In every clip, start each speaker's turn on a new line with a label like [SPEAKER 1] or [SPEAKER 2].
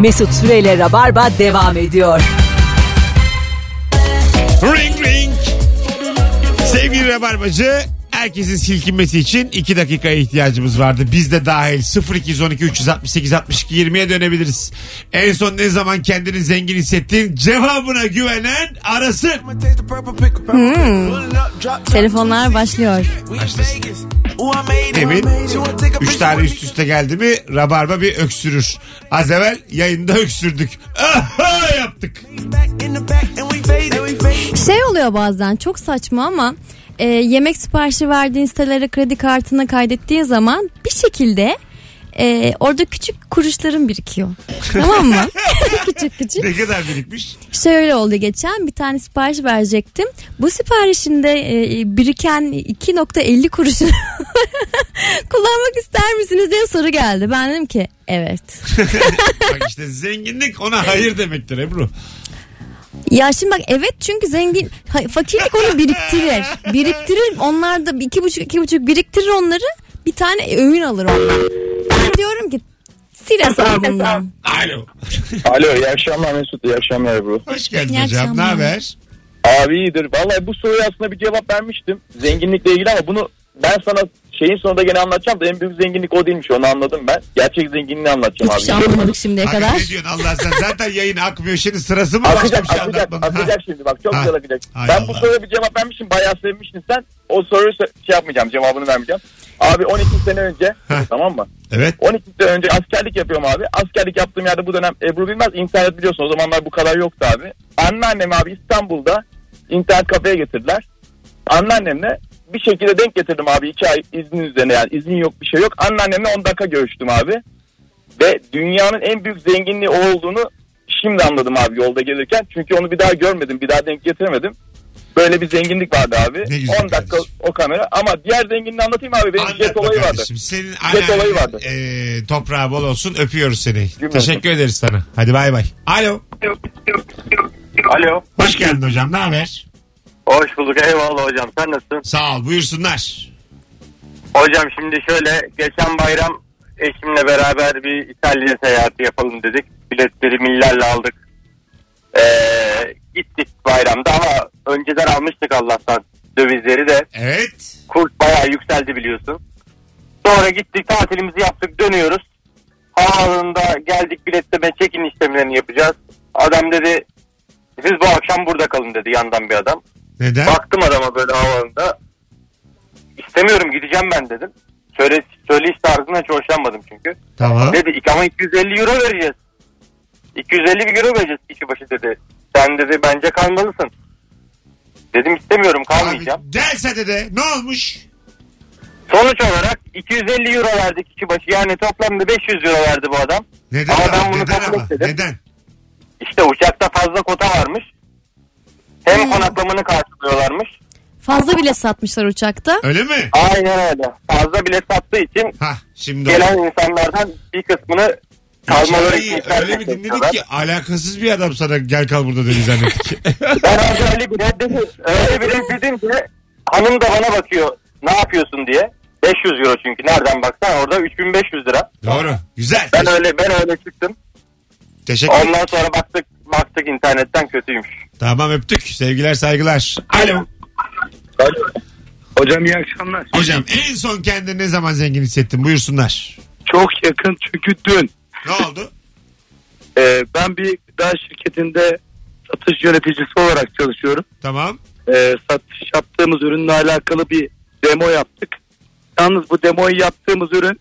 [SPEAKER 1] Mesut Süreyle Rabarba devam ediyor.
[SPEAKER 2] Ring ring. Sevgili Rabarbacı herkesin silkinmesi için 2 dakikaya ihtiyacımız vardı. Biz de dahil 0212 368 62 20'ye dönebiliriz. En son ne zaman kendini zengin hissettiğin cevabına güvenen arasın.
[SPEAKER 3] Hmm. Telefonlar başlıyor.
[SPEAKER 2] Başlasın. Emin 3 tane üst üste geldi mi Rabarba bir öksürür. Az evvel yayında öksürdük. Aha yaptık.
[SPEAKER 3] Şey oluyor bazen çok saçma ama e, yemek siparişi verdiğin sitelere kredi kartına kaydettiğin zaman bir şekilde e, orada küçük kuruşların birikiyor. tamam mı? küçük küçük.
[SPEAKER 2] Ne kadar birikmiş.
[SPEAKER 3] Şöyle oldu geçen bir tane sipariş verecektim. Bu siparişinde e, biriken 2.50 kuruşu kullanmak ister misiniz diye soru geldi. Ben dedim ki evet.
[SPEAKER 2] Bak işte zenginlik ona hayır demektir Ebru.
[SPEAKER 3] Ya şimdi bak evet çünkü zengin ha- fakirlik onu biriktirir. Biriktirir onlar da iki buçuk iki buçuk biriktirir onları bir tane öğün alır onlar. Ben diyorum ki sil hesabından.
[SPEAKER 2] Alo.
[SPEAKER 4] Alo iyi akşamlar Mesut iyi akşamlar Ebru.
[SPEAKER 2] Hoş geldin
[SPEAKER 3] İyi
[SPEAKER 2] hocam. Ne
[SPEAKER 3] akşamlar.
[SPEAKER 2] haber?
[SPEAKER 4] Abi iyidir. Vallahi bu soruya aslında bir cevap vermiştim. Zenginlikle ilgili ama bunu ben sana şeyin sonunda gene anlatacağım da en büyük zenginlik o değilmiş onu anladım ben. Gerçek zenginliği anlatacağım
[SPEAKER 3] Hiçbir şey
[SPEAKER 4] abi.
[SPEAKER 3] anlamadık şimdiye
[SPEAKER 2] Abi
[SPEAKER 3] kadar.
[SPEAKER 2] ne diyorsun Allah sen zaten yayın akmıyor şimdi sırası mı başka bir
[SPEAKER 4] Akacak,
[SPEAKER 2] şey
[SPEAKER 4] akacak,
[SPEAKER 2] anlatmanın? Ha.
[SPEAKER 4] akacak şimdi bak çok
[SPEAKER 2] Ha.
[SPEAKER 4] güzel akacak.
[SPEAKER 2] Hay
[SPEAKER 4] ben bu
[SPEAKER 2] Allah.
[SPEAKER 4] soruya bir cevap vermiştim bayağı sevmiştin sen. O soruyu se- şey yapmayacağım cevabını vermeyeceğim. Abi 12 sene önce
[SPEAKER 2] Heh.
[SPEAKER 4] tamam mı?
[SPEAKER 2] Evet.
[SPEAKER 4] 12 sene önce askerlik yapıyorum abi. Askerlik yaptığım yerde bu dönem Ebru Bilmez internet biliyorsun o zamanlar bu kadar yoktu abi. Anneannem abi İstanbul'da internet kafeye getirdiler. Anneannemle bir şekilde denk getirdim abi iki ay iznin üzerine yani izin yok bir şey yok. Anneannemle 10 dakika görüştüm abi. Ve dünyanın en büyük zenginliği o olduğunu şimdi anladım abi yolda gelirken. Çünkü onu bir daha görmedim bir daha denk getiremedim. Böyle bir zenginlik vardı abi.
[SPEAKER 2] Ne güzel
[SPEAKER 4] 10 dakika
[SPEAKER 2] kardeşim.
[SPEAKER 4] o kamera ama diğer zenginliği anlatayım abi. Benim
[SPEAKER 2] Anlatma
[SPEAKER 4] jet olayı vardı.
[SPEAKER 2] kardeşim. Senin anneannenin,
[SPEAKER 4] olayı vardı.
[SPEAKER 2] e, toprağı bol olsun. Öpüyoruz seni.
[SPEAKER 4] Cümle.
[SPEAKER 2] Teşekkür ederiz sana. Hadi bay bay. Alo.
[SPEAKER 5] Alo.
[SPEAKER 2] Hoş geldin hocam. Ne haber?
[SPEAKER 5] Hoş bulduk. Eyvallah hocam. Sen nasılsın?
[SPEAKER 2] Sağ ol. Buyursunlar.
[SPEAKER 5] Hocam şimdi şöyle geçen bayram eşimle beraber bir İtalya seyahati yapalım dedik. Biletleri millerle aldık. Ee, gittik bayramda ama önceden almıştık Allah'tan dövizleri de.
[SPEAKER 2] Evet.
[SPEAKER 5] Kurs bayağı yükseldi biliyorsun. Sonra gittik tatilimizi yaptık dönüyoruz. Havaalanında geldik biletleme check-in işlemlerini yapacağız. Adam dedi siz bu akşam burada kalın dedi yandan bir adam.
[SPEAKER 2] Neden?
[SPEAKER 5] Baktım adama böyle havalında. İstemiyorum gideceğim ben dedim. Söyle, söyleyiş tarzından hiç hoşlanmadım çünkü.
[SPEAKER 2] Tamam.
[SPEAKER 5] Dedi "İki- ama 250 euro vereceğiz. 250 bir euro vereceğiz kişi başı dedi. Sen dedi bence kalmalısın. Dedim istemiyorum
[SPEAKER 2] Abi,
[SPEAKER 5] kalmayacağım.
[SPEAKER 2] derse de de ne olmuş?
[SPEAKER 5] Sonuç olarak 250 euro verdi kişi başı. Yani toplamda 500 euro verdi bu adam.
[SPEAKER 2] Neden
[SPEAKER 5] Ama
[SPEAKER 2] ama?
[SPEAKER 5] ben bunu
[SPEAKER 2] Neden
[SPEAKER 5] kabul
[SPEAKER 2] ama?
[SPEAKER 5] etmedim.
[SPEAKER 2] Neden?
[SPEAKER 5] İşte uçakta fazla kota varmış. Hem
[SPEAKER 3] Hmm.
[SPEAKER 5] konaklamanı karşılıyorlarmış.
[SPEAKER 3] Fazla bile satmışlar uçakta.
[SPEAKER 2] Öyle mi?
[SPEAKER 5] Aynen öyle. Fazla bilet sattığı için
[SPEAKER 2] Ha şimdi oldu.
[SPEAKER 5] gelen insanlardan bir kısmını kalmaları için
[SPEAKER 2] Çağrı'yı
[SPEAKER 5] ikna
[SPEAKER 2] öyle bir
[SPEAKER 5] etmek
[SPEAKER 2] dinledik
[SPEAKER 5] istiyorlar.
[SPEAKER 2] ki alakasız bir adam sana gel kal burada dedi zannettik.
[SPEAKER 5] Ben abi öyle bir reddedim. Öyle bir reddedim ki hanım da bana bakıyor ne yapıyorsun diye. 500 euro çünkü nereden baksan orada 3500 lira.
[SPEAKER 2] Doğru. Güzel.
[SPEAKER 5] Ben öyle ben öyle çıktım.
[SPEAKER 2] Teşekkür
[SPEAKER 5] Ondan sonra baktık baktık internetten kötüymüş.
[SPEAKER 2] Tamam öptük. Sevgiler saygılar. Alo.
[SPEAKER 6] Hocam iyi akşamlar.
[SPEAKER 2] Hocam en son kendini ne zaman zengin hissettin? Buyursunlar.
[SPEAKER 6] Çok yakın çünkü dün
[SPEAKER 2] Ne oldu?
[SPEAKER 6] e, ben bir gıda şirketinde satış yöneticisi olarak çalışıyorum.
[SPEAKER 2] Tamam.
[SPEAKER 6] E, satış yaptığımız ürünle alakalı bir demo yaptık. Yalnız bu demoyu yaptığımız ürün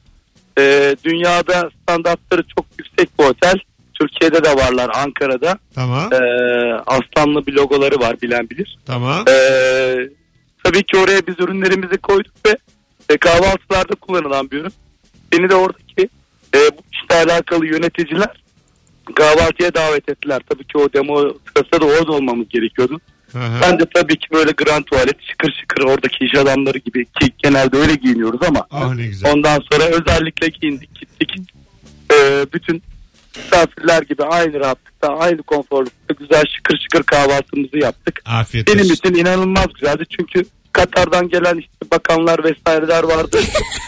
[SPEAKER 6] e, dünyada standartları çok yüksek bir otel. Türkiye'de de varlar Ankara'da.
[SPEAKER 2] Tamam.
[SPEAKER 6] E, aslanlı bir logoları var bilen bilir.
[SPEAKER 2] Tamam.
[SPEAKER 6] E, tabii ki oraya biz ürünlerimizi koyduk ve e, kahvaltılarda kullanılan bir ürün. Beni de oradaki e, bu işle alakalı yöneticiler kahvaltıya davet ettiler. Tabii ki o demo sırasında da orada olmamız gerekiyordu.
[SPEAKER 2] Hı hı.
[SPEAKER 6] Ben de tabii ki böyle grand tuvalet şıkır şıkır oradaki iş adamları gibi ki genelde öyle giyiniyoruz ama
[SPEAKER 2] Ah ne güzel.
[SPEAKER 6] ondan sonra özellikle giyindik gittik. E, bütün misafirler gibi aynı rahatlıkta aynı konforlukta güzel şıkır şıkır kahvaltımızı yaptık.
[SPEAKER 2] Afiyet
[SPEAKER 6] Benim
[SPEAKER 2] olsun.
[SPEAKER 6] için inanılmaz güzeldi çünkü Katar'dan gelen işte bakanlar vesaireler E vardı.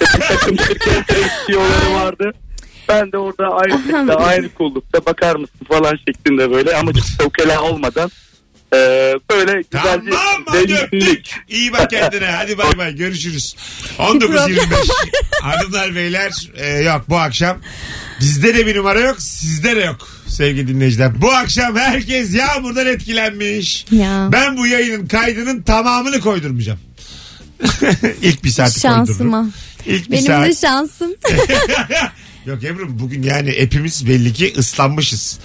[SPEAKER 6] İşte bir takım şirketler CEO'ları vardı. Ben de orada aynı şekilde aynı kullukta bakar mısın falan şeklinde böyle ama çok ukala olmadan e, böyle güzel
[SPEAKER 2] Tamam
[SPEAKER 6] bir
[SPEAKER 2] hadi öptük.
[SPEAKER 6] zenginlik.
[SPEAKER 2] İyi bak kendine. Hadi bay bay görüşürüz. 19.25. Hanımlar beyler e, yok bu akşam bizde de bir numara yok sizde de yok sevgili dinleyiciler. Bu akşam herkes yağmurdan etkilenmiş.
[SPEAKER 3] Ya.
[SPEAKER 2] Ben bu yayının kaydının tamamını koydurmayacağım. İlk bir saati
[SPEAKER 3] Şansıma.
[SPEAKER 2] koydururum. İlk bir
[SPEAKER 3] Benim
[SPEAKER 2] saat.
[SPEAKER 3] de şansım.
[SPEAKER 2] Yok Ebru bugün yani hepimiz belli ki ıslanmışız.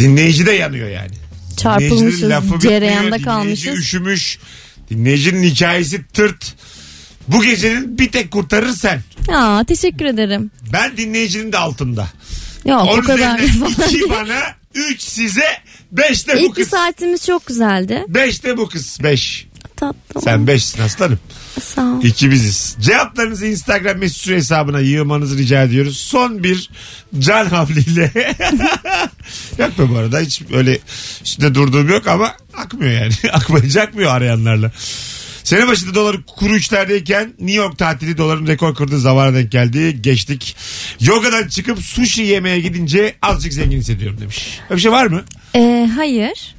[SPEAKER 2] Dinleyici de yanıyor yani. Dinleyicinin lafı
[SPEAKER 3] Çarpılmışız.
[SPEAKER 2] bitmiyor.
[SPEAKER 3] Cereyanda
[SPEAKER 2] Dinleyici
[SPEAKER 3] kalmışız.
[SPEAKER 2] üşümüş. Dinleyicinin hikayesi tırt. Bu gecenin bir tek kurtarır sen.
[SPEAKER 3] Aa, teşekkür ederim.
[SPEAKER 2] Ben dinleyicinin de altında.
[SPEAKER 3] Yok
[SPEAKER 2] Onun
[SPEAKER 3] o kadar.
[SPEAKER 2] üzerine iki bana, üç size, beş de bu
[SPEAKER 3] İlk bir
[SPEAKER 2] kız.
[SPEAKER 3] saatimiz çok güzeldi.
[SPEAKER 2] Beş de bu kız. Beş.
[SPEAKER 3] Tatlım.
[SPEAKER 2] Sen beşsin aslanım.
[SPEAKER 3] Sağ ol.
[SPEAKER 2] İki biziz. Cevaplarınızı Instagram mesut süre hesabına yığmanızı rica ediyoruz. Son bir can havliyle. yok be bu arada hiç öyle üstünde durduğum yok ama akmıyor yani. Akmayacak akmıyor arayanlarla. Sene başında dolar kuru üçlerdeyken New York tatili doların rekor kırdığı zamana denk geldi. Geçtik. Yogadan çıkıp sushi yemeye gidince azıcık zengin hissediyorum demiş. Öyle bir şey var mı?
[SPEAKER 3] Ee, hayır.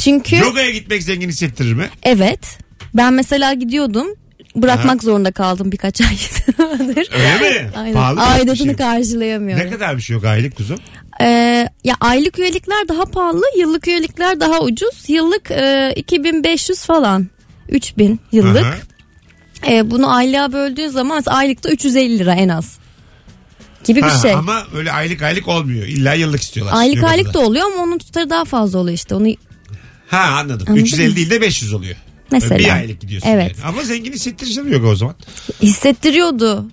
[SPEAKER 3] Çünkü
[SPEAKER 2] Yogaya gitmek zengin hissettirir mi?
[SPEAKER 3] evet. Ben mesela gidiyordum. Bırakmak zorunda kaldım birkaç ay.
[SPEAKER 2] Öyle mi?
[SPEAKER 3] Aynen.
[SPEAKER 2] Pahalı mı? Bir şey
[SPEAKER 3] Aidatını
[SPEAKER 2] mi?
[SPEAKER 3] karşılayamıyorum.
[SPEAKER 2] Ne kadar bir şey yok aylık kuzum?
[SPEAKER 3] Ee, ya aylık üyelikler daha pahalı, yıllık üyelikler daha ucuz. Yıllık e, 2500 falan. 3000 yıllık.
[SPEAKER 2] Aha.
[SPEAKER 3] Ee, bunu aylığa böldüğün zaman mesela aylıkta 350 lira en az. Gibi bir
[SPEAKER 2] Ha,
[SPEAKER 3] şey.
[SPEAKER 2] Ama öyle aylık aylık olmuyor. İlla yıllık istiyorlar.
[SPEAKER 3] Aylık
[SPEAKER 2] Yok
[SPEAKER 3] aylık da
[SPEAKER 2] kadar.
[SPEAKER 3] oluyor ama onun tutarı daha fazla oluyor işte. Onu
[SPEAKER 2] Ha anladım.
[SPEAKER 3] Anladın
[SPEAKER 2] 350
[SPEAKER 3] mı?
[SPEAKER 2] değil de 500 oluyor.
[SPEAKER 3] Mesela.
[SPEAKER 2] Bir aylık gidiyorsun.
[SPEAKER 3] Evet.
[SPEAKER 2] yani. Ama zengin hissettirişim yok o zaman.
[SPEAKER 3] hissettiriyordu.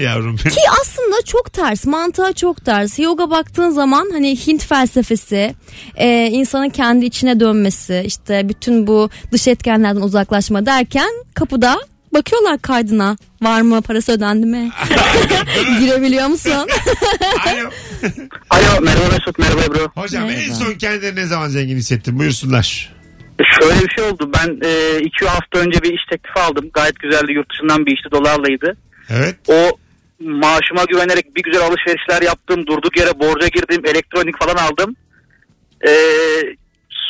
[SPEAKER 2] Yavrum benim.
[SPEAKER 3] Ki aslında çok ters, mantığa çok ters. Yoga baktığın zaman hani Hint felsefesi, e, insanın kendi içine dönmesi, işte bütün bu dış etkenlerden uzaklaşma derken kapıda bakıyorlar kaydına. Var mı? Parası ödendi mi? Girebiliyor musun?
[SPEAKER 2] Alo.
[SPEAKER 5] Alo merhaba Mesut merhaba Ebru.
[SPEAKER 2] Hocam en
[SPEAKER 3] Merhaba.
[SPEAKER 2] son kendileri ne zaman zengin hissettin? Buyursunlar.
[SPEAKER 5] Şöyle bir şey oldu. Ben e, iki hafta önce bir iş teklifi aldım. Gayet güzeldi. Yurt dışından bir işti. Dolarlaydı.
[SPEAKER 2] Evet.
[SPEAKER 5] O maaşıma güvenerek bir güzel alışverişler yaptım. Durduk yere borca girdim. Elektronik falan aldım. E,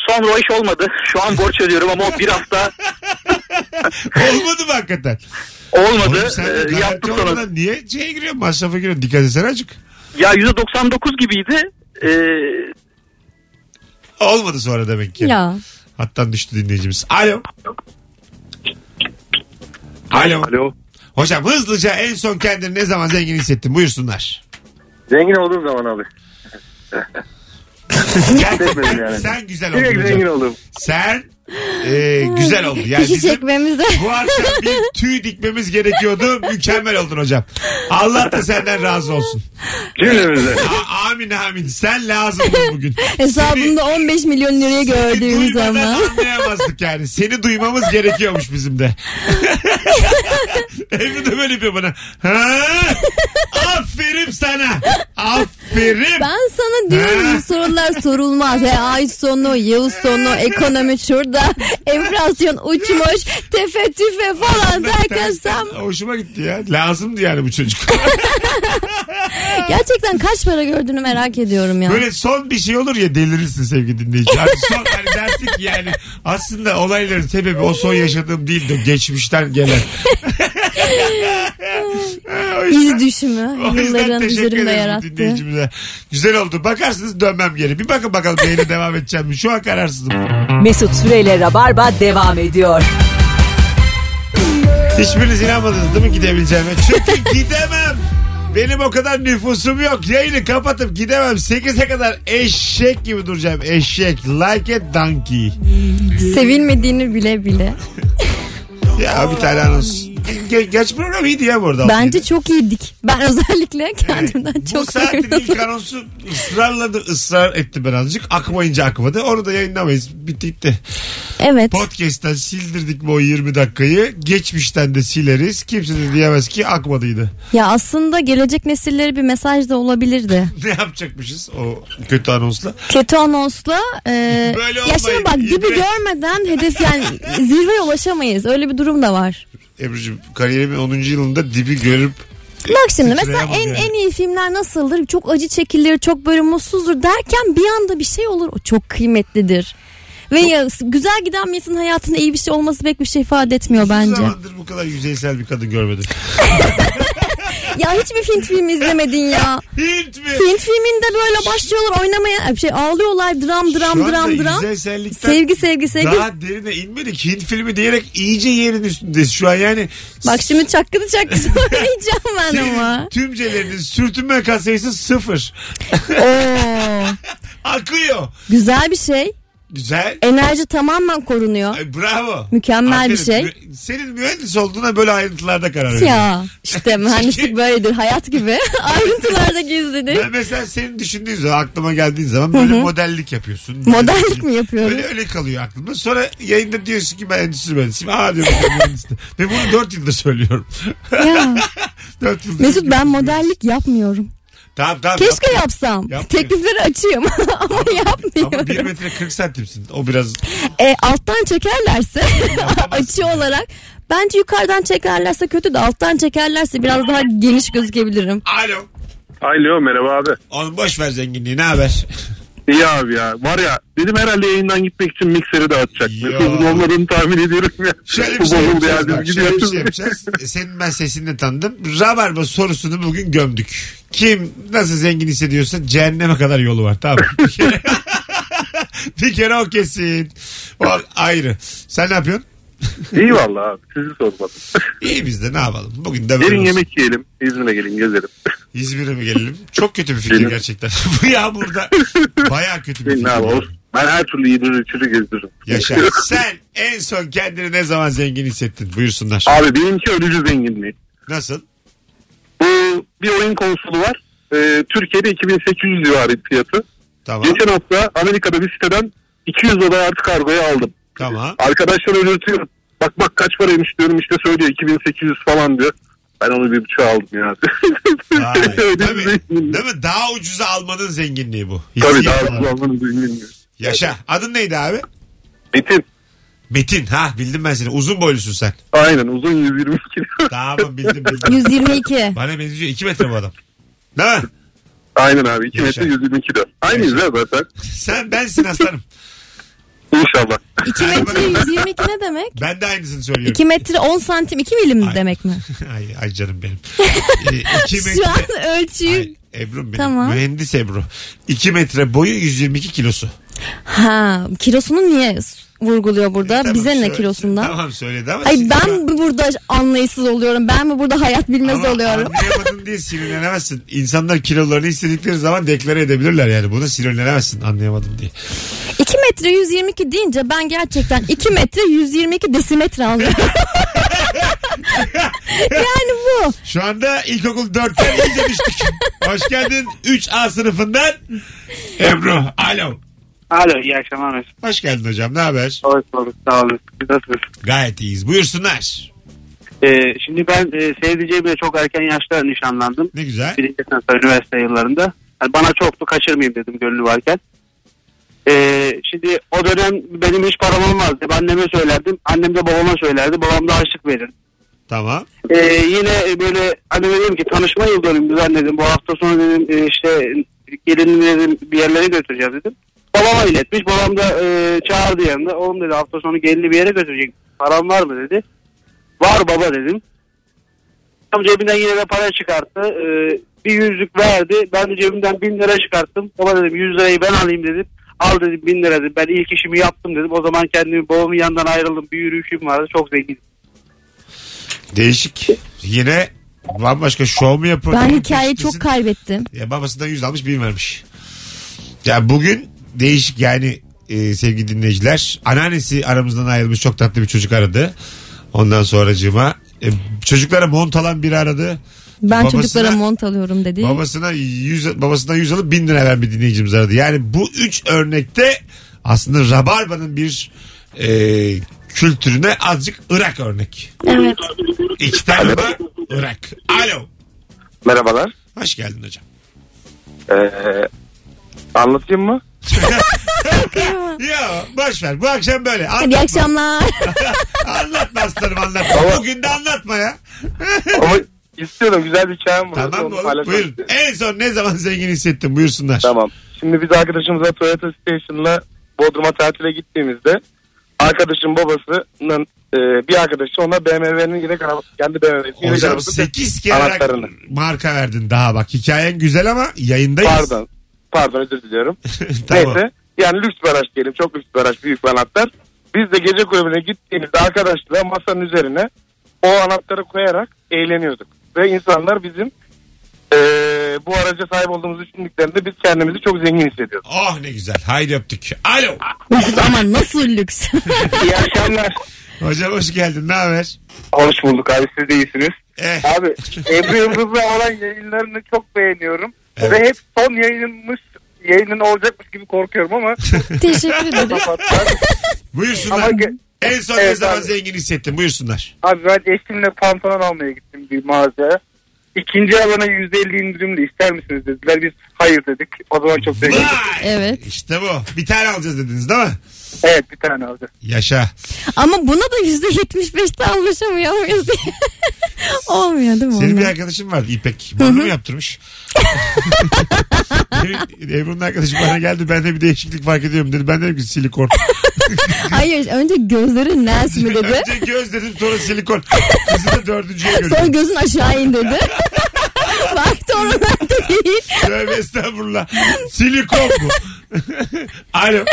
[SPEAKER 5] sonra o iş olmadı. Şu an borç ödüyorum ama o bir hafta
[SPEAKER 2] Olmadı mı hakikaten?
[SPEAKER 5] olmadı.
[SPEAKER 2] Oğlum sen
[SPEAKER 5] E,
[SPEAKER 2] garanti
[SPEAKER 5] yaptım sonra.
[SPEAKER 2] olmadan niye şeye giriyorsun? Masrafa giriyorsun. Dikkat etsene azıcık.
[SPEAKER 5] Ya %99 gibiydi. E,
[SPEAKER 2] Olmadı sonra demek ki.
[SPEAKER 3] ya.
[SPEAKER 2] Hattan düştü dinleyicimiz. Alo. Alo.
[SPEAKER 6] Alo.
[SPEAKER 2] Hocam hızlıca en son kendini ne zaman zengin hissettin? Buyursunlar.
[SPEAKER 7] Zengin olduğum zaman abi. Hissetmedim yani.
[SPEAKER 2] Sen güzel oldun
[SPEAKER 7] Direkt
[SPEAKER 2] hocam.
[SPEAKER 7] zengin oldum.
[SPEAKER 2] Sen
[SPEAKER 7] Sen
[SPEAKER 2] e, güzel oldu. Yani
[SPEAKER 3] Fişi
[SPEAKER 2] bizim
[SPEAKER 3] çekmemizde.
[SPEAKER 2] bu akşam bir tüy dikmemiz gerekiyordu. Mükemmel oldun hocam. Allah da senden razı olsun.
[SPEAKER 7] cümlemize.
[SPEAKER 2] A- amin amin. Sen lazımdın bugün.
[SPEAKER 3] Hesabımda 15 milyon lirayı
[SPEAKER 2] Seni
[SPEAKER 3] gördüğümüz
[SPEAKER 2] duymadan
[SPEAKER 3] zaman.
[SPEAKER 2] anlayamazdık yani. Seni duymamız gerekiyormuş bizim de. Evde de böyle yapıyor bana. Ha? Aferin sana. Aferin.
[SPEAKER 3] Ben sana diyorum
[SPEAKER 2] Ha.
[SPEAKER 3] bu sorular sorulmaz. He, ay sonu, yıl sonu, ekonomi şurada, enflasyon uçmuş, tefe tüfe falan derken sen
[SPEAKER 2] Hoşuma gitti ya. Lazımdı yani bu çocuk.
[SPEAKER 3] gerçekten kaç para gördüğünü merak ediyorum ya.
[SPEAKER 2] Böyle son bir şey olur ya delirirsin sevgili dinleyici. Abi son hani dersin ki yani aslında olayların sebebi o son yaşadığım değildi. Geçmişten gelen. o
[SPEAKER 3] İz düşümü
[SPEAKER 2] o yüzden
[SPEAKER 3] yılların
[SPEAKER 2] teşekkür
[SPEAKER 3] üzerimde
[SPEAKER 2] ederim
[SPEAKER 3] yarattı.
[SPEAKER 2] dinleyicimize. Güzel oldu. Bakarsınız dönmem geri. Bir bakın bakalım yayına devam edeceğim mi? Şu an kararsızım.
[SPEAKER 1] Mesut Süreyle Rabarba devam ediyor.
[SPEAKER 2] Hiçbiriniz inanmadınız değil mi gidebileceğime? Çünkü gidemem. Benim o kadar nüfusum yok. Yayını kapatıp gidemem. 8'e kadar eşek gibi duracağım. Eşek. Like a donkey.
[SPEAKER 3] Sevilmediğini bile bile.
[SPEAKER 2] Ya bir tane anons. Ge- geç program iyiydi ya bu arada.
[SPEAKER 3] Bence çok iyiydik. Ben özellikle kendimden
[SPEAKER 2] Bu
[SPEAKER 3] çok
[SPEAKER 2] saatin
[SPEAKER 3] memnunum.
[SPEAKER 2] ilk anonsu ısrarladı ısrar etti ben azıcık. Akmayınca akmadı. Onu da yayınlamayız. Bitti gitti.
[SPEAKER 3] Evet.
[SPEAKER 2] Podcast'ten sildirdik bu 20 dakikayı. Geçmişten de sileriz. Kimse de diyemez ki akmadıydı.
[SPEAKER 3] Ya aslında gelecek nesillere bir mesaj da olabilirdi.
[SPEAKER 2] Ne yapacakmışız o kötü anonsla?
[SPEAKER 3] Kötü anonsla e,
[SPEAKER 2] Böyle
[SPEAKER 3] ya şimdi
[SPEAKER 2] olmayın,
[SPEAKER 3] bak dibi
[SPEAKER 2] ibret.
[SPEAKER 3] görmeden hedef yani zirveye ulaşamayız. Öyle bir durum da var.
[SPEAKER 2] Ebru'cum kariyerimin 10. yılında dibi görüp
[SPEAKER 3] Bak şimdi mesela
[SPEAKER 2] Sıçrayamam
[SPEAKER 3] en
[SPEAKER 2] yani.
[SPEAKER 3] en iyi filmler nasıldır? Çok acı çekilir, çok böyle mutsuzdur derken bir anda bir şey olur. O çok kıymetlidir. Ve ya, güzel giden bir insanın hayatında iyi bir şey olması pek bir şey ifade etmiyor
[SPEAKER 2] Bence.
[SPEAKER 3] bence.
[SPEAKER 2] zamandır bu kadar yüzeysel bir kadın görmedim.
[SPEAKER 3] ya hiçbir Hint filmi izlemedin ya.
[SPEAKER 2] Hint mi?
[SPEAKER 3] Hint filminde böyle başlıyorlar oynamaya. Bir şey ağlıyorlar dram
[SPEAKER 2] Şu
[SPEAKER 3] dram
[SPEAKER 2] anda
[SPEAKER 3] dram dram.
[SPEAKER 2] yüzeysellikten
[SPEAKER 3] Sevgi sevgi sevgi.
[SPEAKER 2] Daha derine inmedik. Hint filmi diyerek iyice yerin üstündeyiz şu an yani.
[SPEAKER 3] Bak şimdi çakkını çakkını oynayacağım ben
[SPEAKER 2] Senin
[SPEAKER 3] ama.
[SPEAKER 2] Tümcelerinin sürtünme kat sayısı sıfır.
[SPEAKER 3] Oo,
[SPEAKER 2] Akıyor.
[SPEAKER 3] güzel bir şey.
[SPEAKER 2] Güzel.
[SPEAKER 3] Enerji tamamen korunuyor.
[SPEAKER 2] Ay, bravo.
[SPEAKER 3] Mükemmel bir şey.
[SPEAKER 2] Mü- Senin mühendis olduğuna böyle ayrıntılarda karar veriyorum.
[SPEAKER 3] Ya işte mühendislik böyledir hayat gibi. Ayrıntılarda gizlidir.
[SPEAKER 2] Ben mesela senin düşündüğün zaman aklıma geldiğin zaman böyle modellik yapıyorsun.
[SPEAKER 3] Modellik mi yapıyorum?
[SPEAKER 2] Böyle şey. öyle kalıyor aklımda. Sonra yayında diyorsun ki ben endüstri mühendisiyim. Aa diyorum ben mühendisim. Ve bunu 4 yıldır söylüyorum.
[SPEAKER 3] Ya.
[SPEAKER 2] 4 yıldır.
[SPEAKER 3] Mesut ben modellik yapmıyorum.
[SPEAKER 2] Tamam tamam.
[SPEAKER 3] Keşke yapsam.
[SPEAKER 2] Yapmıyorum.
[SPEAKER 3] Teklifleri açayım ama
[SPEAKER 2] Ama 1
[SPEAKER 3] yapmıyorum.
[SPEAKER 2] metre 40 santimsin. O biraz
[SPEAKER 3] E, alttan çekerlerse açı olarak bence yukarıdan çekerlerse kötü de alttan çekerlerse biraz daha geniş gözükebilirim.
[SPEAKER 2] Alo.
[SPEAKER 6] Alo merhaba abi.
[SPEAKER 2] Oğlum boş ver zenginliği ne haber?
[SPEAKER 6] İyi abi ya. Var ya dedim herhalde yayından gitmek için mikseri dağıtacak.
[SPEAKER 2] Ya.
[SPEAKER 6] Hızlı olmadığını tahmin ediyorum ya.
[SPEAKER 2] Şöyle
[SPEAKER 6] Bu
[SPEAKER 2] bir şey
[SPEAKER 6] bozuldu ya,
[SPEAKER 2] yapacağız.
[SPEAKER 6] biz
[SPEAKER 2] bak, Şöyle bir
[SPEAKER 6] gidiyoruz.
[SPEAKER 2] şey yapacağız. Senin ben sesini tanıdım. Rabarba sorusunu bugün gömdük. Kim nasıl zengin hissediyorsa cehenneme kadar yolu var tamam mı? Bir kere- bir kere o kesin. O ayrı. Sen ne yapıyorsun?
[SPEAKER 6] İyi valla abi sizi sormadım.
[SPEAKER 2] İyi biz de ne yapalım? Bugün de böyle
[SPEAKER 6] Gelin
[SPEAKER 2] olsun.
[SPEAKER 6] yemek yiyelim. İzmir'e gelin gezelim.
[SPEAKER 2] İzmir'e mi gelelim? Çok kötü bir fikir
[SPEAKER 6] Gelin.
[SPEAKER 2] gerçekten. Bu yağmurda baya kötü bir
[SPEAKER 6] Gelin
[SPEAKER 2] fikir.
[SPEAKER 6] abi olsun. Ben her türlü yedirir içeri gezdiririm.
[SPEAKER 2] Yaşa. Sen en son kendini ne zaman zengin hissettin? Buyursunlar.
[SPEAKER 6] Abi benimki ölücü zenginliği.
[SPEAKER 2] Nasıl?
[SPEAKER 6] Bu bir oyun konsolu var. Ee, Türkiye'de 2800 civarı fiyatı.
[SPEAKER 2] Tamam.
[SPEAKER 6] Geçen hafta Amerika'da bir siteden 200 dolar artı kargoya aldım.
[SPEAKER 2] Tamam.
[SPEAKER 6] Arkadaşlar öğretiyor. Bak bak kaç paraymış diyorum işte söylüyor 2800 falan diyor. Ben onu bir buçuğa aldım ya.
[SPEAKER 2] Vay.
[SPEAKER 6] Öyle
[SPEAKER 2] Tabii.
[SPEAKER 6] zengin.
[SPEAKER 2] Değil mi? Daha ucuza almanın zenginliği bu.
[SPEAKER 6] Tabii
[SPEAKER 2] Hissiyat
[SPEAKER 6] daha
[SPEAKER 2] olarak.
[SPEAKER 6] kullanmanı bilmiyorum.
[SPEAKER 2] Yaşa. Adın neydi abi?
[SPEAKER 6] Metin.
[SPEAKER 2] Metin. Ha bildim ben seni. Uzun boylusun sen.
[SPEAKER 6] Aynen uzun 120 kilo.
[SPEAKER 2] Tamam bildim bildim.
[SPEAKER 3] 122.
[SPEAKER 2] Bana benziyor. 2 metre bu adam. Değil mi?
[SPEAKER 6] Aynen abi 2 metre
[SPEAKER 2] Yaşa.
[SPEAKER 6] 120 kilo. Aynıyız ya zaten.
[SPEAKER 2] Sen bensin aslanım.
[SPEAKER 6] İnşallah.
[SPEAKER 3] 2 metre 122 ne demek?
[SPEAKER 2] Ben de aynısını söylüyorum.
[SPEAKER 3] 2 metre 10 santim 2 milim mi
[SPEAKER 2] Ay.
[SPEAKER 3] demek mi?
[SPEAKER 2] ay, ay canım benim. 2
[SPEAKER 3] Şu an
[SPEAKER 2] metre.
[SPEAKER 3] ölçüyü.
[SPEAKER 2] Ay, Ebru'm benim.
[SPEAKER 3] Tamam.
[SPEAKER 2] Mühendis Ebru. 2 metre boyu 122 kilosu.
[SPEAKER 3] Ha kilosunu niye vurguluyor burada?
[SPEAKER 2] Tamam,
[SPEAKER 3] Bize ne
[SPEAKER 2] söyle-
[SPEAKER 3] kilosundan?
[SPEAKER 2] Tamam söyledi ama.
[SPEAKER 3] Ay
[SPEAKER 2] siz-
[SPEAKER 3] ben mi burada anlayışsız oluyorum? Ben mi burada hayat bilmez
[SPEAKER 2] Ama
[SPEAKER 3] oluyorum?
[SPEAKER 2] Anlayamadın diye sinirlenemezsin. İnsanlar kilolarını istedikleri zaman deklare edebilirler yani. Buna sinirlenemezsin anlayamadım diye.
[SPEAKER 3] 2 metre 122 deyince ben gerçekten 2 metre 122 desimetre anlıyorum. yani bu.
[SPEAKER 2] Şu anda ilkokul 4'ten iyice düştük. Hoş geldin 3A sınıfından Ebru. Alo.
[SPEAKER 8] Alo iyi akşamlar Mesut.
[SPEAKER 2] Hoş geldin hocam ne haber?
[SPEAKER 8] Hoş bulduk sağ olun. Biz nasılsınız?
[SPEAKER 2] Gayet iyiyiz. Buyursunlar.
[SPEAKER 8] Ee, şimdi ben e, sevdiceğimle çok erken yaşta nişanlandım.
[SPEAKER 2] Ne güzel.
[SPEAKER 8] Birinci sınıfta üniversite yıllarında. Hani bana çoktu kaçırmayayım dedim gönlü varken. Ee, şimdi o dönem benim hiç param olmazdı. Ben Anneme söylerdim. Annem de babama söylerdi. Babam da harçlık verir.
[SPEAKER 2] Tamam.
[SPEAKER 8] Ee, yine böyle anneme dedim ki tanışma yıl dönümü zannedin. Bu hafta sonu dedim e, işte gelinini dedim bir yerlere götüreceğiz dedim. Babama iletmiş. Babam da e, çağırdı yanında. Oğlum dedi hafta sonu gelini bir yere götürecek. Param var mı dedi. Var baba dedim. Tam cebinden yine de para çıkarttı. Ee, bir yüzlük verdi. Ben de cebimden bin lira çıkarttım. Baba dedim yüz lirayı ben alayım dedim. Al dedim bin lira dedim. Ben ilk işimi yaptım dedim. O zaman kendimi babamın yanından ayrıldım. Bir yürüyüşüm vardı. Çok zengin.
[SPEAKER 2] Değişik. Yine bambaşka şov mu yapıyor?
[SPEAKER 3] Ben hikayeyi çok kaybettim.
[SPEAKER 2] Ya babasından yüz almış bin vermiş. Ya bugün değişik yani e, sevgili dinleyiciler. Anneannesi aramızdan ayrılmış çok tatlı bir çocuk aradı. Ondan sonracığıma e, çocuklara mont alan biri aradı.
[SPEAKER 3] Ben
[SPEAKER 2] Babasına-
[SPEAKER 3] çocuklara mont alıyorum dedi.
[SPEAKER 2] Babasına 100, babasından 100 alıp 1000 lira veren bir dinleyicimiz aradı. Yani bu üç örnekte aslında Rabarba'nın bir e, kültürüne azıcık Irak örnek.
[SPEAKER 3] Evet.
[SPEAKER 2] İki tane var, Irak. Alo.
[SPEAKER 7] Merhabalar.
[SPEAKER 2] Hoş geldin hocam.
[SPEAKER 7] Ee, anlatayım mı?
[SPEAKER 2] Ya boş ver. Bu akşam böyle.
[SPEAKER 3] Hadi iyi
[SPEAKER 2] Anlatma,
[SPEAKER 3] akşamlar.
[SPEAKER 2] anlatma aslanım anlatma. Bugün de anlatma ya.
[SPEAKER 7] Ama İstiyorum güzel bir hikayem var.
[SPEAKER 2] Tamam
[SPEAKER 7] Onu
[SPEAKER 2] mı oğlum?
[SPEAKER 7] paylaşalım.
[SPEAKER 2] Buyurun. En son ne zaman zengin hissettin? Buyursunlar.
[SPEAKER 7] Tamam. Şimdi biz arkadaşımızla Toyota Station'la Bodrum'a tatile gittiğimizde arkadaşın babasının e, bir arkadaşı ona BMW'nin yine kendi BMW'sinin yine
[SPEAKER 2] Hocam
[SPEAKER 7] arabasını
[SPEAKER 2] 8 kere
[SPEAKER 7] anahtarını.
[SPEAKER 2] marka verdin daha bak. Hikayen güzel ama yayındayız.
[SPEAKER 7] Pardon. Pardon özür diliyorum.
[SPEAKER 2] tamam.
[SPEAKER 7] Neyse. Yani lüks bir araç diyelim. Çok lüks bir araç. Büyük bir anahtar. Biz de gece kulübüne gittiğimizde arkadaşla masanın üzerine o anahtarı koyarak eğleniyorduk. Ve insanlar bizim eee, bu araca sahip olduğumuzu düşündüklerinde biz kendimizi çok zengin hissediyorduk.
[SPEAKER 2] Oh ne güzel. Haydi öptük. Alo.
[SPEAKER 3] Mesut ama nasıl lüks.
[SPEAKER 8] İyi akşamlar.
[SPEAKER 2] Hocam hoş geldin. Ne haber?
[SPEAKER 8] Hoş bulduk abi siz de iyisiniz.
[SPEAKER 2] Eh.
[SPEAKER 8] Abi Ebru Yıldız'la olan yayınlarını çok beğeniyorum.
[SPEAKER 2] Evet.
[SPEAKER 8] Ve hep son yayınmış yayının olacakmış gibi korkuyorum ama
[SPEAKER 3] Teşekkür ederim.
[SPEAKER 8] kapatlar.
[SPEAKER 2] Buyursunlar.
[SPEAKER 8] ama ge-
[SPEAKER 2] en son ne
[SPEAKER 8] Evet
[SPEAKER 2] zaman
[SPEAKER 8] abi.
[SPEAKER 2] zengin hissettin? Buyursunlar.
[SPEAKER 8] abi ben eşimle pantolon almaya gittim bir mağazaya. İkinci alana %50 indirimli ister misiniz dediler. Biz hayır dedik. O zaman çok
[SPEAKER 2] Vay.
[SPEAKER 8] zengin.
[SPEAKER 3] Evet.
[SPEAKER 2] İşte bu. Bir tane alacağız dediniz değil mi?
[SPEAKER 8] Evet bir tane alacağız.
[SPEAKER 2] Yaşa.
[SPEAKER 3] Ama buna da yüzde yetmiş beşte anlaşamıyor muyuz diye. Olmuyor değil mi?
[SPEAKER 2] Senin bir
[SPEAKER 3] onlar?
[SPEAKER 2] arkadaşın vardı İpek. Bunu mu yaptırmış? Benim- Ebru'nun arkadaşı bana geldi. Ben de bir değişiklik fark ediyorum dedi. Ben dedim ki silikon.
[SPEAKER 3] Hayır önce gözlerin lens mi dedi.
[SPEAKER 2] Önce göz dedim sonra silikon. Kızı da dördüncüye
[SPEAKER 3] Sonra
[SPEAKER 2] gördüm.
[SPEAKER 3] gözün aşağı in dedi. Baktı oralarda değil.
[SPEAKER 2] Tövbe estağfurullah. Silikon bu. Alo.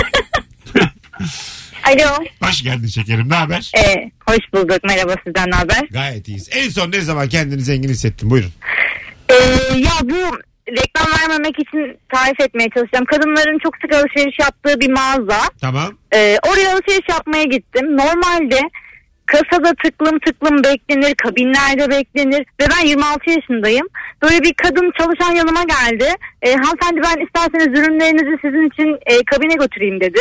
[SPEAKER 9] Alo.
[SPEAKER 2] Hoş geldin şekerim. Ne haber?
[SPEAKER 9] Ee, hoş bulduk. Merhaba sizden ne haber?
[SPEAKER 2] Gayet iyiyiz. En son ne zaman kendini zengin hissettin? Buyurun.
[SPEAKER 9] Ee, ya bu reklam vermemek için tarif etmeye çalışacağım. Kadınların çok sık alışveriş yaptığı bir mağaza.
[SPEAKER 2] Tamam.
[SPEAKER 9] Ee, oraya alışveriş yapmaya gittim. Normalde kasada tıklım tıklım beklenir, kabinlerde beklenir ve ben 26 yaşındayım. Böyle bir kadın çalışan yanıma geldi. Ee, hanımefendi ben isterseniz ürünlerinizi sizin için e, kabine götüreyim dedi.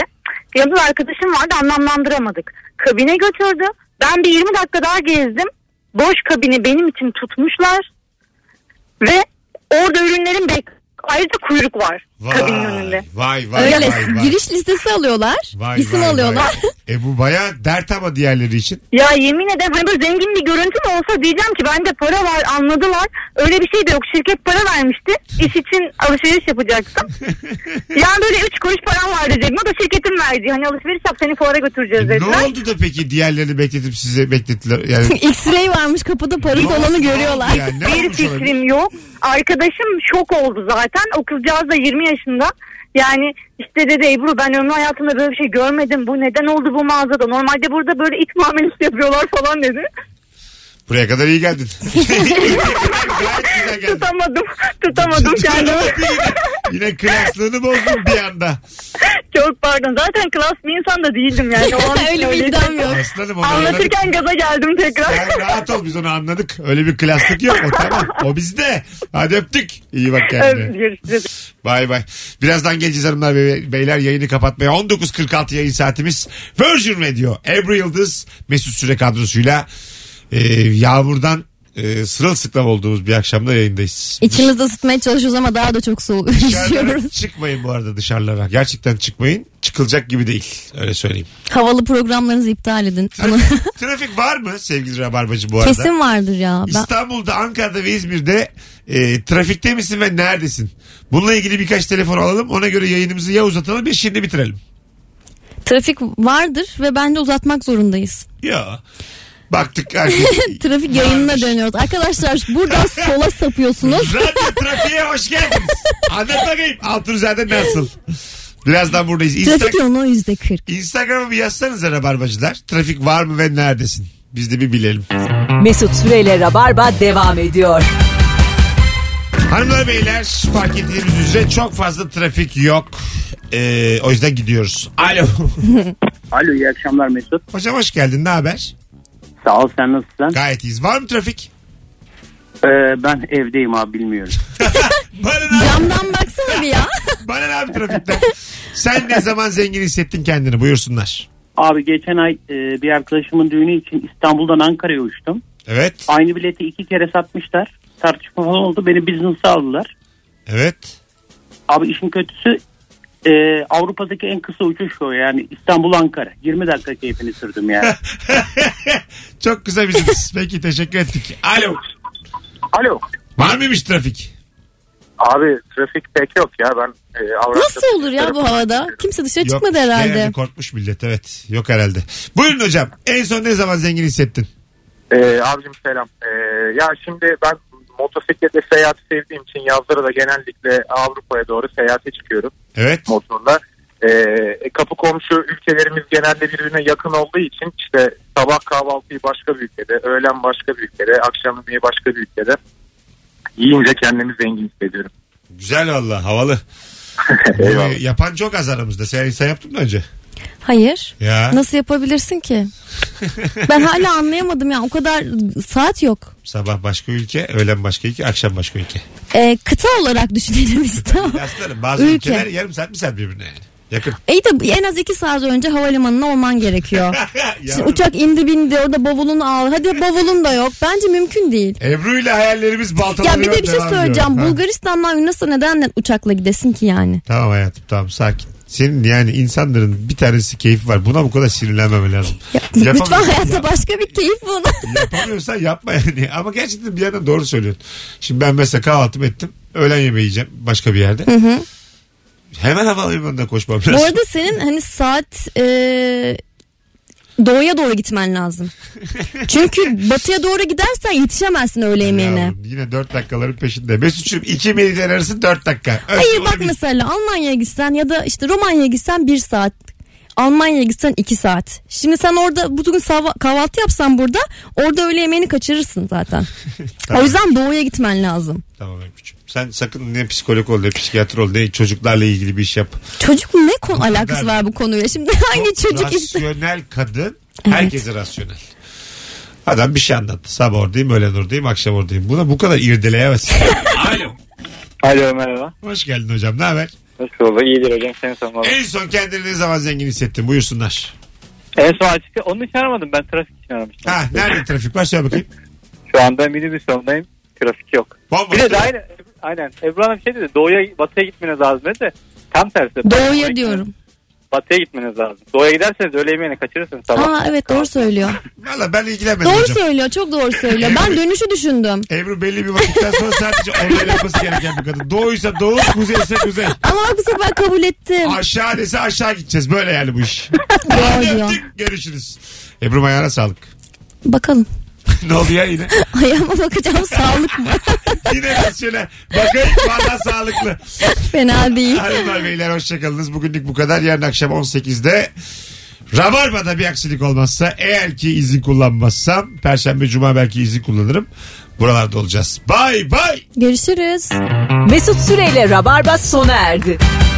[SPEAKER 9] Yanımda bir arkadaşım vardı anlamlandıramadık. Kabine götürdü. Ben bir 20 dakika daha gezdim. Boş kabini benim için tutmuşlar. Ve orada ürünlerin bek ayrıca kuyruk var
[SPEAKER 2] Vay.
[SPEAKER 9] kabinin önünde.
[SPEAKER 2] Vay vay
[SPEAKER 3] Öyle
[SPEAKER 2] vay vay.
[SPEAKER 3] giriş listesi alıyorlar.
[SPEAKER 2] Vay,
[SPEAKER 3] isim
[SPEAKER 2] vay,
[SPEAKER 3] alıyorlar.
[SPEAKER 2] vay. E bu baya dert ama diğerleri için.
[SPEAKER 9] Ya yemin ederim hani böyle zengin bir görüntü mü olsa diyeceğim ki bende para var anladılar. Öyle bir şey de yok. Şirket para vermişti. İş için alışveriş yapacaktım. yani böyle 3 kuruş param var diyecektim. O da şirketin verdiği. Hani alışveriş yap seni fuara götüreceğiz
[SPEAKER 2] ne
[SPEAKER 9] dediler.
[SPEAKER 2] oldu da peki diğerlerini bekletip size beklettiler? Yani
[SPEAKER 3] X-ray varmış kapıda parası
[SPEAKER 2] Ne oldu,
[SPEAKER 3] olanı
[SPEAKER 2] ne
[SPEAKER 3] görüyorlar.
[SPEAKER 2] oldu yani? Ne
[SPEAKER 9] Bir
[SPEAKER 2] olmuş olabilir?
[SPEAKER 9] fikrim yok. Arkadaşım şok oldu zaten. O kızcağız da 20 yaşında. Yani işte dedi Ebru ben ömrü hayatımda böyle bir şey görmedim. Bu neden oldu bu mağazada? Normalde burada böyle it muamelesi yapıyorlar falan dedi.
[SPEAKER 2] Buraya kadar iyi geldin. Gayet güzel geldin.
[SPEAKER 9] Tutamadım. Tutamadım kendimi.
[SPEAKER 2] Yine klaslığını bozdun bir anda.
[SPEAKER 9] Çok pardon. Zaten klas bir insan da değildim yani. O an için
[SPEAKER 3] Öyle bir
[SPEAKER 9] öyleydi.
[SPEAKER 3] iddiam yok.
[SPEAKER 2] Aslanım onu anladık.
[SPEAKER 9] Anlatırken gaza geldim tekrar.
[SPEAKER 2] Sen rahat ol biz onu anladık. Öyle bir klaslık yok o tamam. O bizde. Hadi öptük. İyi bak kendine.
[SPEAKER 9] Evet, görüşürüz.
[SPEAKER 2] Bay bay. Birazdan geleceğiz hanımlar ve beyler yayını kapatmaya. 19.46 yayın saatimiz. Virgin Radio. Ebru Yıldız Mesut Süre kadrosuyla e, yağmurdan e, sırılsıklam olduğumuz bir akşamda yayındayız.
[SPEAKER 3] İçimizde ısıtmaya çalışıyoruz ama daha da çok soğuk
[SPEAKER 2] Dışarılara
[SPEAKER 3] üşüyoruz.
[SPEAKER 2] çıkmayın bu arada dışarılara. Gerçekten çıkmayın. Çıkılacak gibi değil. Öyle söyleyeyim.
[SPEAKER 3] Havalı programlarınızı iptal edin. Bunu-
[SPEAKER 2] Trafik, trafik var mı sevgili Rabarbacı bu arada?
[SPEAKER 3] Kesin vardır ya. Ben...
[SPEAKER 2] İstanbul'da, Ankara'da ve İzmir'de e, trafikte misin ve neredesin? Bununla ilgili birkaç telefon alalım. Ona göre yayınımızı ya uzatalım ya şimdi bitirelim.
[SPEAKER 3] Trafik vardır ve bence uzatmak zorundayız.
[SPEAKER 2] Ya. Baktık şey herkes.
[SPEAKER 3] Trafik yayınına dönüyoruz. Arkadaşlar buradan sola sapıyorsunuz.
[SPEAKER 2] Radyo trafiğe hoş geldiniz. Anlat bakayım. Altunizade nasıl? Birazdan buradayız.
[SPEAKER 3] Trafik
[SPEAKER 2] Insta-
[SPEAKER 3] yoğunluğu yüzde kırk.
[SPEAKER 2] Instagram'a bir yazsanıza rabarbacılar. Trafik var mı ve neredesin? Biz de bir bilelim.
[SPEAKER 1] Mesut Süreyle Rabarba devam ediyor.
[SPEAKER 2] Hanımlar beyler fark ettiğimiz üzere çok fazla trafik yok. Ee, o yüzden gidiyoruz. Alo.
[SPEAKER 8] Alo iyi akşamlar Mesut.
[SPEAKER 2] Hocam hoş geldin. Ne haber?
[SPEAKER 8] Sağ ol sen nasılsın? Ee,
[SPEAKER 2] Gayet iyiyiz. Var mı trafik?
[SPEAKER 8] ben evdeyim abi bilmiyorum.
[SPEAKER 2] Bana ne,
[SPEAKER 3] Camdan baksana bir ya.
[SPEAKER 2] bana ne abi trafikten? Sen ne zaman zengin hissettin kendini? Buyursunlar.
[SPEAKER 8] Abi geçen ay e, bir arkadaşımın düğünü için İstanbul'dan Ankara'ya uçtum.
[SPEAKER 2] Evet.
[SPEAKER 8] Aynı bileti iki kere satmışlar. Tartışma falan oldu. Beni business'a aldılar.
[SPEAKER 2] Evet.
[SPEAKER 8] Abi işin kötüsü e, Avrupa'daki en kısa uçuş o yani İstanbul Ankara. 20 dakika keyfini sürdüm yani.
[SPEAKER 2] Çok kısa bizimiz. Peki teşekkür ettik. Alo.
[SPEAKER 10] Alo.
[SPEAKER 2] Var mıymış trafik?
[SPEAKER 10] Abi trafik pek yok ya ben e, Avrasya-
[SPEAKER 3] Nasıl olur ya bu havada? Kimse dışarı
[SPEAKER 2] Yok,
[SPEAKER 3] çıkmadı herhalde.
[SPEAKER 2] herhalde korkmuş millet evet. Yok herhalde. Buyurun hocam. En son ne zaman zengin hissettin?
[SPEAKER 10] Ee, abicim selam. Ee, ya şimdi ben motosikletle seyahat sevdiğim için yazları da genellikle Avrupa'ya doğru seyahate çıkıyorum
[SPEAKER 2] Evet.
[SPEAKER 10] motorla. Ee, kapı komşu ülkelerimiz genelde birbirine yakın olduğu için işte sabah kahvaltıyı başka bir ülkede, öğlen başka bir ülkede, akşam yemeği başka bir ülkede yiyince kendimi zengin hissediyorum.
[SPEAKER 2] Güzel valla havalı. Bunu
[SPEAKER 10] Eyvallah.
[SPEAKER 2] yapan çok az aramızda. Sen, sen yaptın mı önce?
[SPEAKER 3] Hayır.
[SPEAKER 2] Ya.
[SPEAKER 3] Nasıl yapabilirsin ki? ben hala anlayamadım ya. O kadar saat yok.
[SPEAKER 2] Sabah başka ülke, öğlen başka ülke, akşam başka ülke.
[SPEAKER 3] Ee, kıta olarak düşünelim biz tamam.
[SPEAKER 2] Aslanım bazı
[SPEAKER 3] Ülke.
[SPEAKER 2] ülkeler yarım saat mi saat birbirine yani. Yakın.
[SPEAKER 3] İyi de en az iki saat önce havalimanına olman gerekiyor. Şimdi
[SPEAKER 2] Yavrum.
[SPEAKER 3] uçak indi bindi orada bavulunu al. Hadi bavulun da yok. Bence mümkün değil.
[SPEAKER 2] Ebru ile hayallerimiz baltalanıyor.
[SPEAKER 3] Ya bir de bir şey
[SPEAKER 2] devam ediyor.
[SPEAKER 3] söyleyeceğim.
[SPEAKER 2] Ha.
[SPEAKER 3] Bulgaristan'dan Yunanistan'a neden uçakla gidesin ki yani?
[SPEAKER 2] Tamam hayatım tamam sakin. Senin yani insanların bir tanesi keyfi var. Buna bu kadar sinirlenmeme lazım.
[SPEAKER 3] Ya,
[SPEAKER 2] Yapamıyorum.
[SPEAKER 3] lütfen hayatta
[SPEAKER 2] Ya-
[SPEAKER 3] başka bir keyif bul.
[SPEAKER 2] Yapamıyorsan yapma yani. Ama gerçekten bir yandan doğru söylüyorsun. Şimdi ben mesela kahvaltımı ettim. Öğlen yemeği yiyeceğim başka bir yerde. Hemen havalimanına koşmam lazım.
[SPEAKER 3] Bu arada senin hani saat e, doğuya doğru gitmen lazım. Çünkü batıya doğru gidersen yetişemezsin öğle yemeğine.
[SPEAKER 2] Yavrum, Yine 4 dakikaların peşinde. Mesut'cum 2 meridyen arası 4 dakika. Öyle
[SPEAKER 3] Hayır bak
[SPEAKER 2] olabilir.
[SPEAKER 3] mesela Almanya'ya gitsen ya da işte Romanya'ya gitsen bir saat. Almanya'ya gitsen iki saat. Şimdi sen orada bugün sava- kahvaltı yapsan burada orada öğle yemeğini kaçırırsın zaten.
[SPEAKER 2] Tamam.
[SPEAKER 3] O yüzden doğuya gitmen lazım.
[SPEAKER 2] Tamam Ebru'cum. Sen sakın ne psikolog ol ne psikiyatr ol ne çocuklarla ilgili bir iş yap.
[SPEAKER 3] Çocuk ne konu alakası
[SPEAKER 2] kadar-
[SPEAKER 3] var bu konuyla? Şimdi hangi çocuk işte?
[SPEAKER 2] Rasyonel kadın.
[SPEAKER 3] Evet.
[SPEAKER 2] Herkese rasyonel. Adam bir şey anlattı. Sabah oradayım, öğlen oradayım, akşam oradayım. Buna bu kadar irdeleyemezsin. Alo.
[SPEAKER 11] Alo merhaba.
[SPEAKER 2] Hoş geldin hocam. Ne haber?
[SPEAKER 11] Nasıl oldu? İyidir hocam seni sormalı.
[SPEAKER 2] En son kendini ne zaman zengin hissettin? Buyursunlar.
[SPEAKER 11] En son açık. Onun için aramadım ben trafik için aramıştım.
[SPEAKER 2] Ha nerede trafik var? Söyle bakayım.
[SPEAKER 11] Şu anda minibüs yolundayım. Trafik yok.
[SPEAKER 2] Bomba.
[SPEAKER 11] Bir de daha aynı, aynen Ebru Hanım şey dedi doğuya batıya gitmeniz lazım dedi de tam tersi.
[SPEAKER 3] Doğuya diyorum.
[SPEAKER 11] Batıya gitmeniz lazım. Doğuya giderseniz öğle yemeğini kaçırırsınız sabah.
[SPEAKER 3] Aa evet doğru söylüyor.
[SPEAKER 2] Valla ben ilgilenmedim
[SPEAKER 3] Doğru
[SPEAKER 2] hocam.
[SPEAKER 3] söylüyor çok doğru söylüyor. Ben dönüşü düşündüm.
[SPEAKER 2] Ebru belli bir vakitten sonra sadece onları yapması gereken bir kadın. Doğuysa doğu, kuzeyse kuzey.
[SPEAKER 3] Ama bak bu sefer kabul ettim.
[SPEAKER 2] Aşağı dese aşağı gideceğiz. Böyle yani bu iş.
[SPEAKER 3] Doğru
[SPEAKER 2] Hadi
[SPEAKER 3] diyor.
[SPEAKER 2] öptük. Görüşürüz. Ebru ayağına sağlık.
[SPEAKER 3] Bakalım.
[SPEAKER 2] ne oldu ya yine?
[SPEAKER 3] Ayağıma bakacağım sağlık mı?
[SPEAKER 2] Yine rasyonel. Bakayım valla sağlıklı.
[SPEAKER 3] Fena değil.
[SPEAKER 2] Hanımlar beyler hoşçakalınız. Bugünlük bu kadar. Yarın akşam 18'de Rabarba'da bir aksilik olmazsa eğer ki izin kullanmazsam Perşembe Cuma belki izin kullanırım. Buralarda olacağız. Bay bay.
[SPEAKER 3] Görüşürüz.
[SPEAKER 1] Mesut Süreyle Rabarba sona erdi.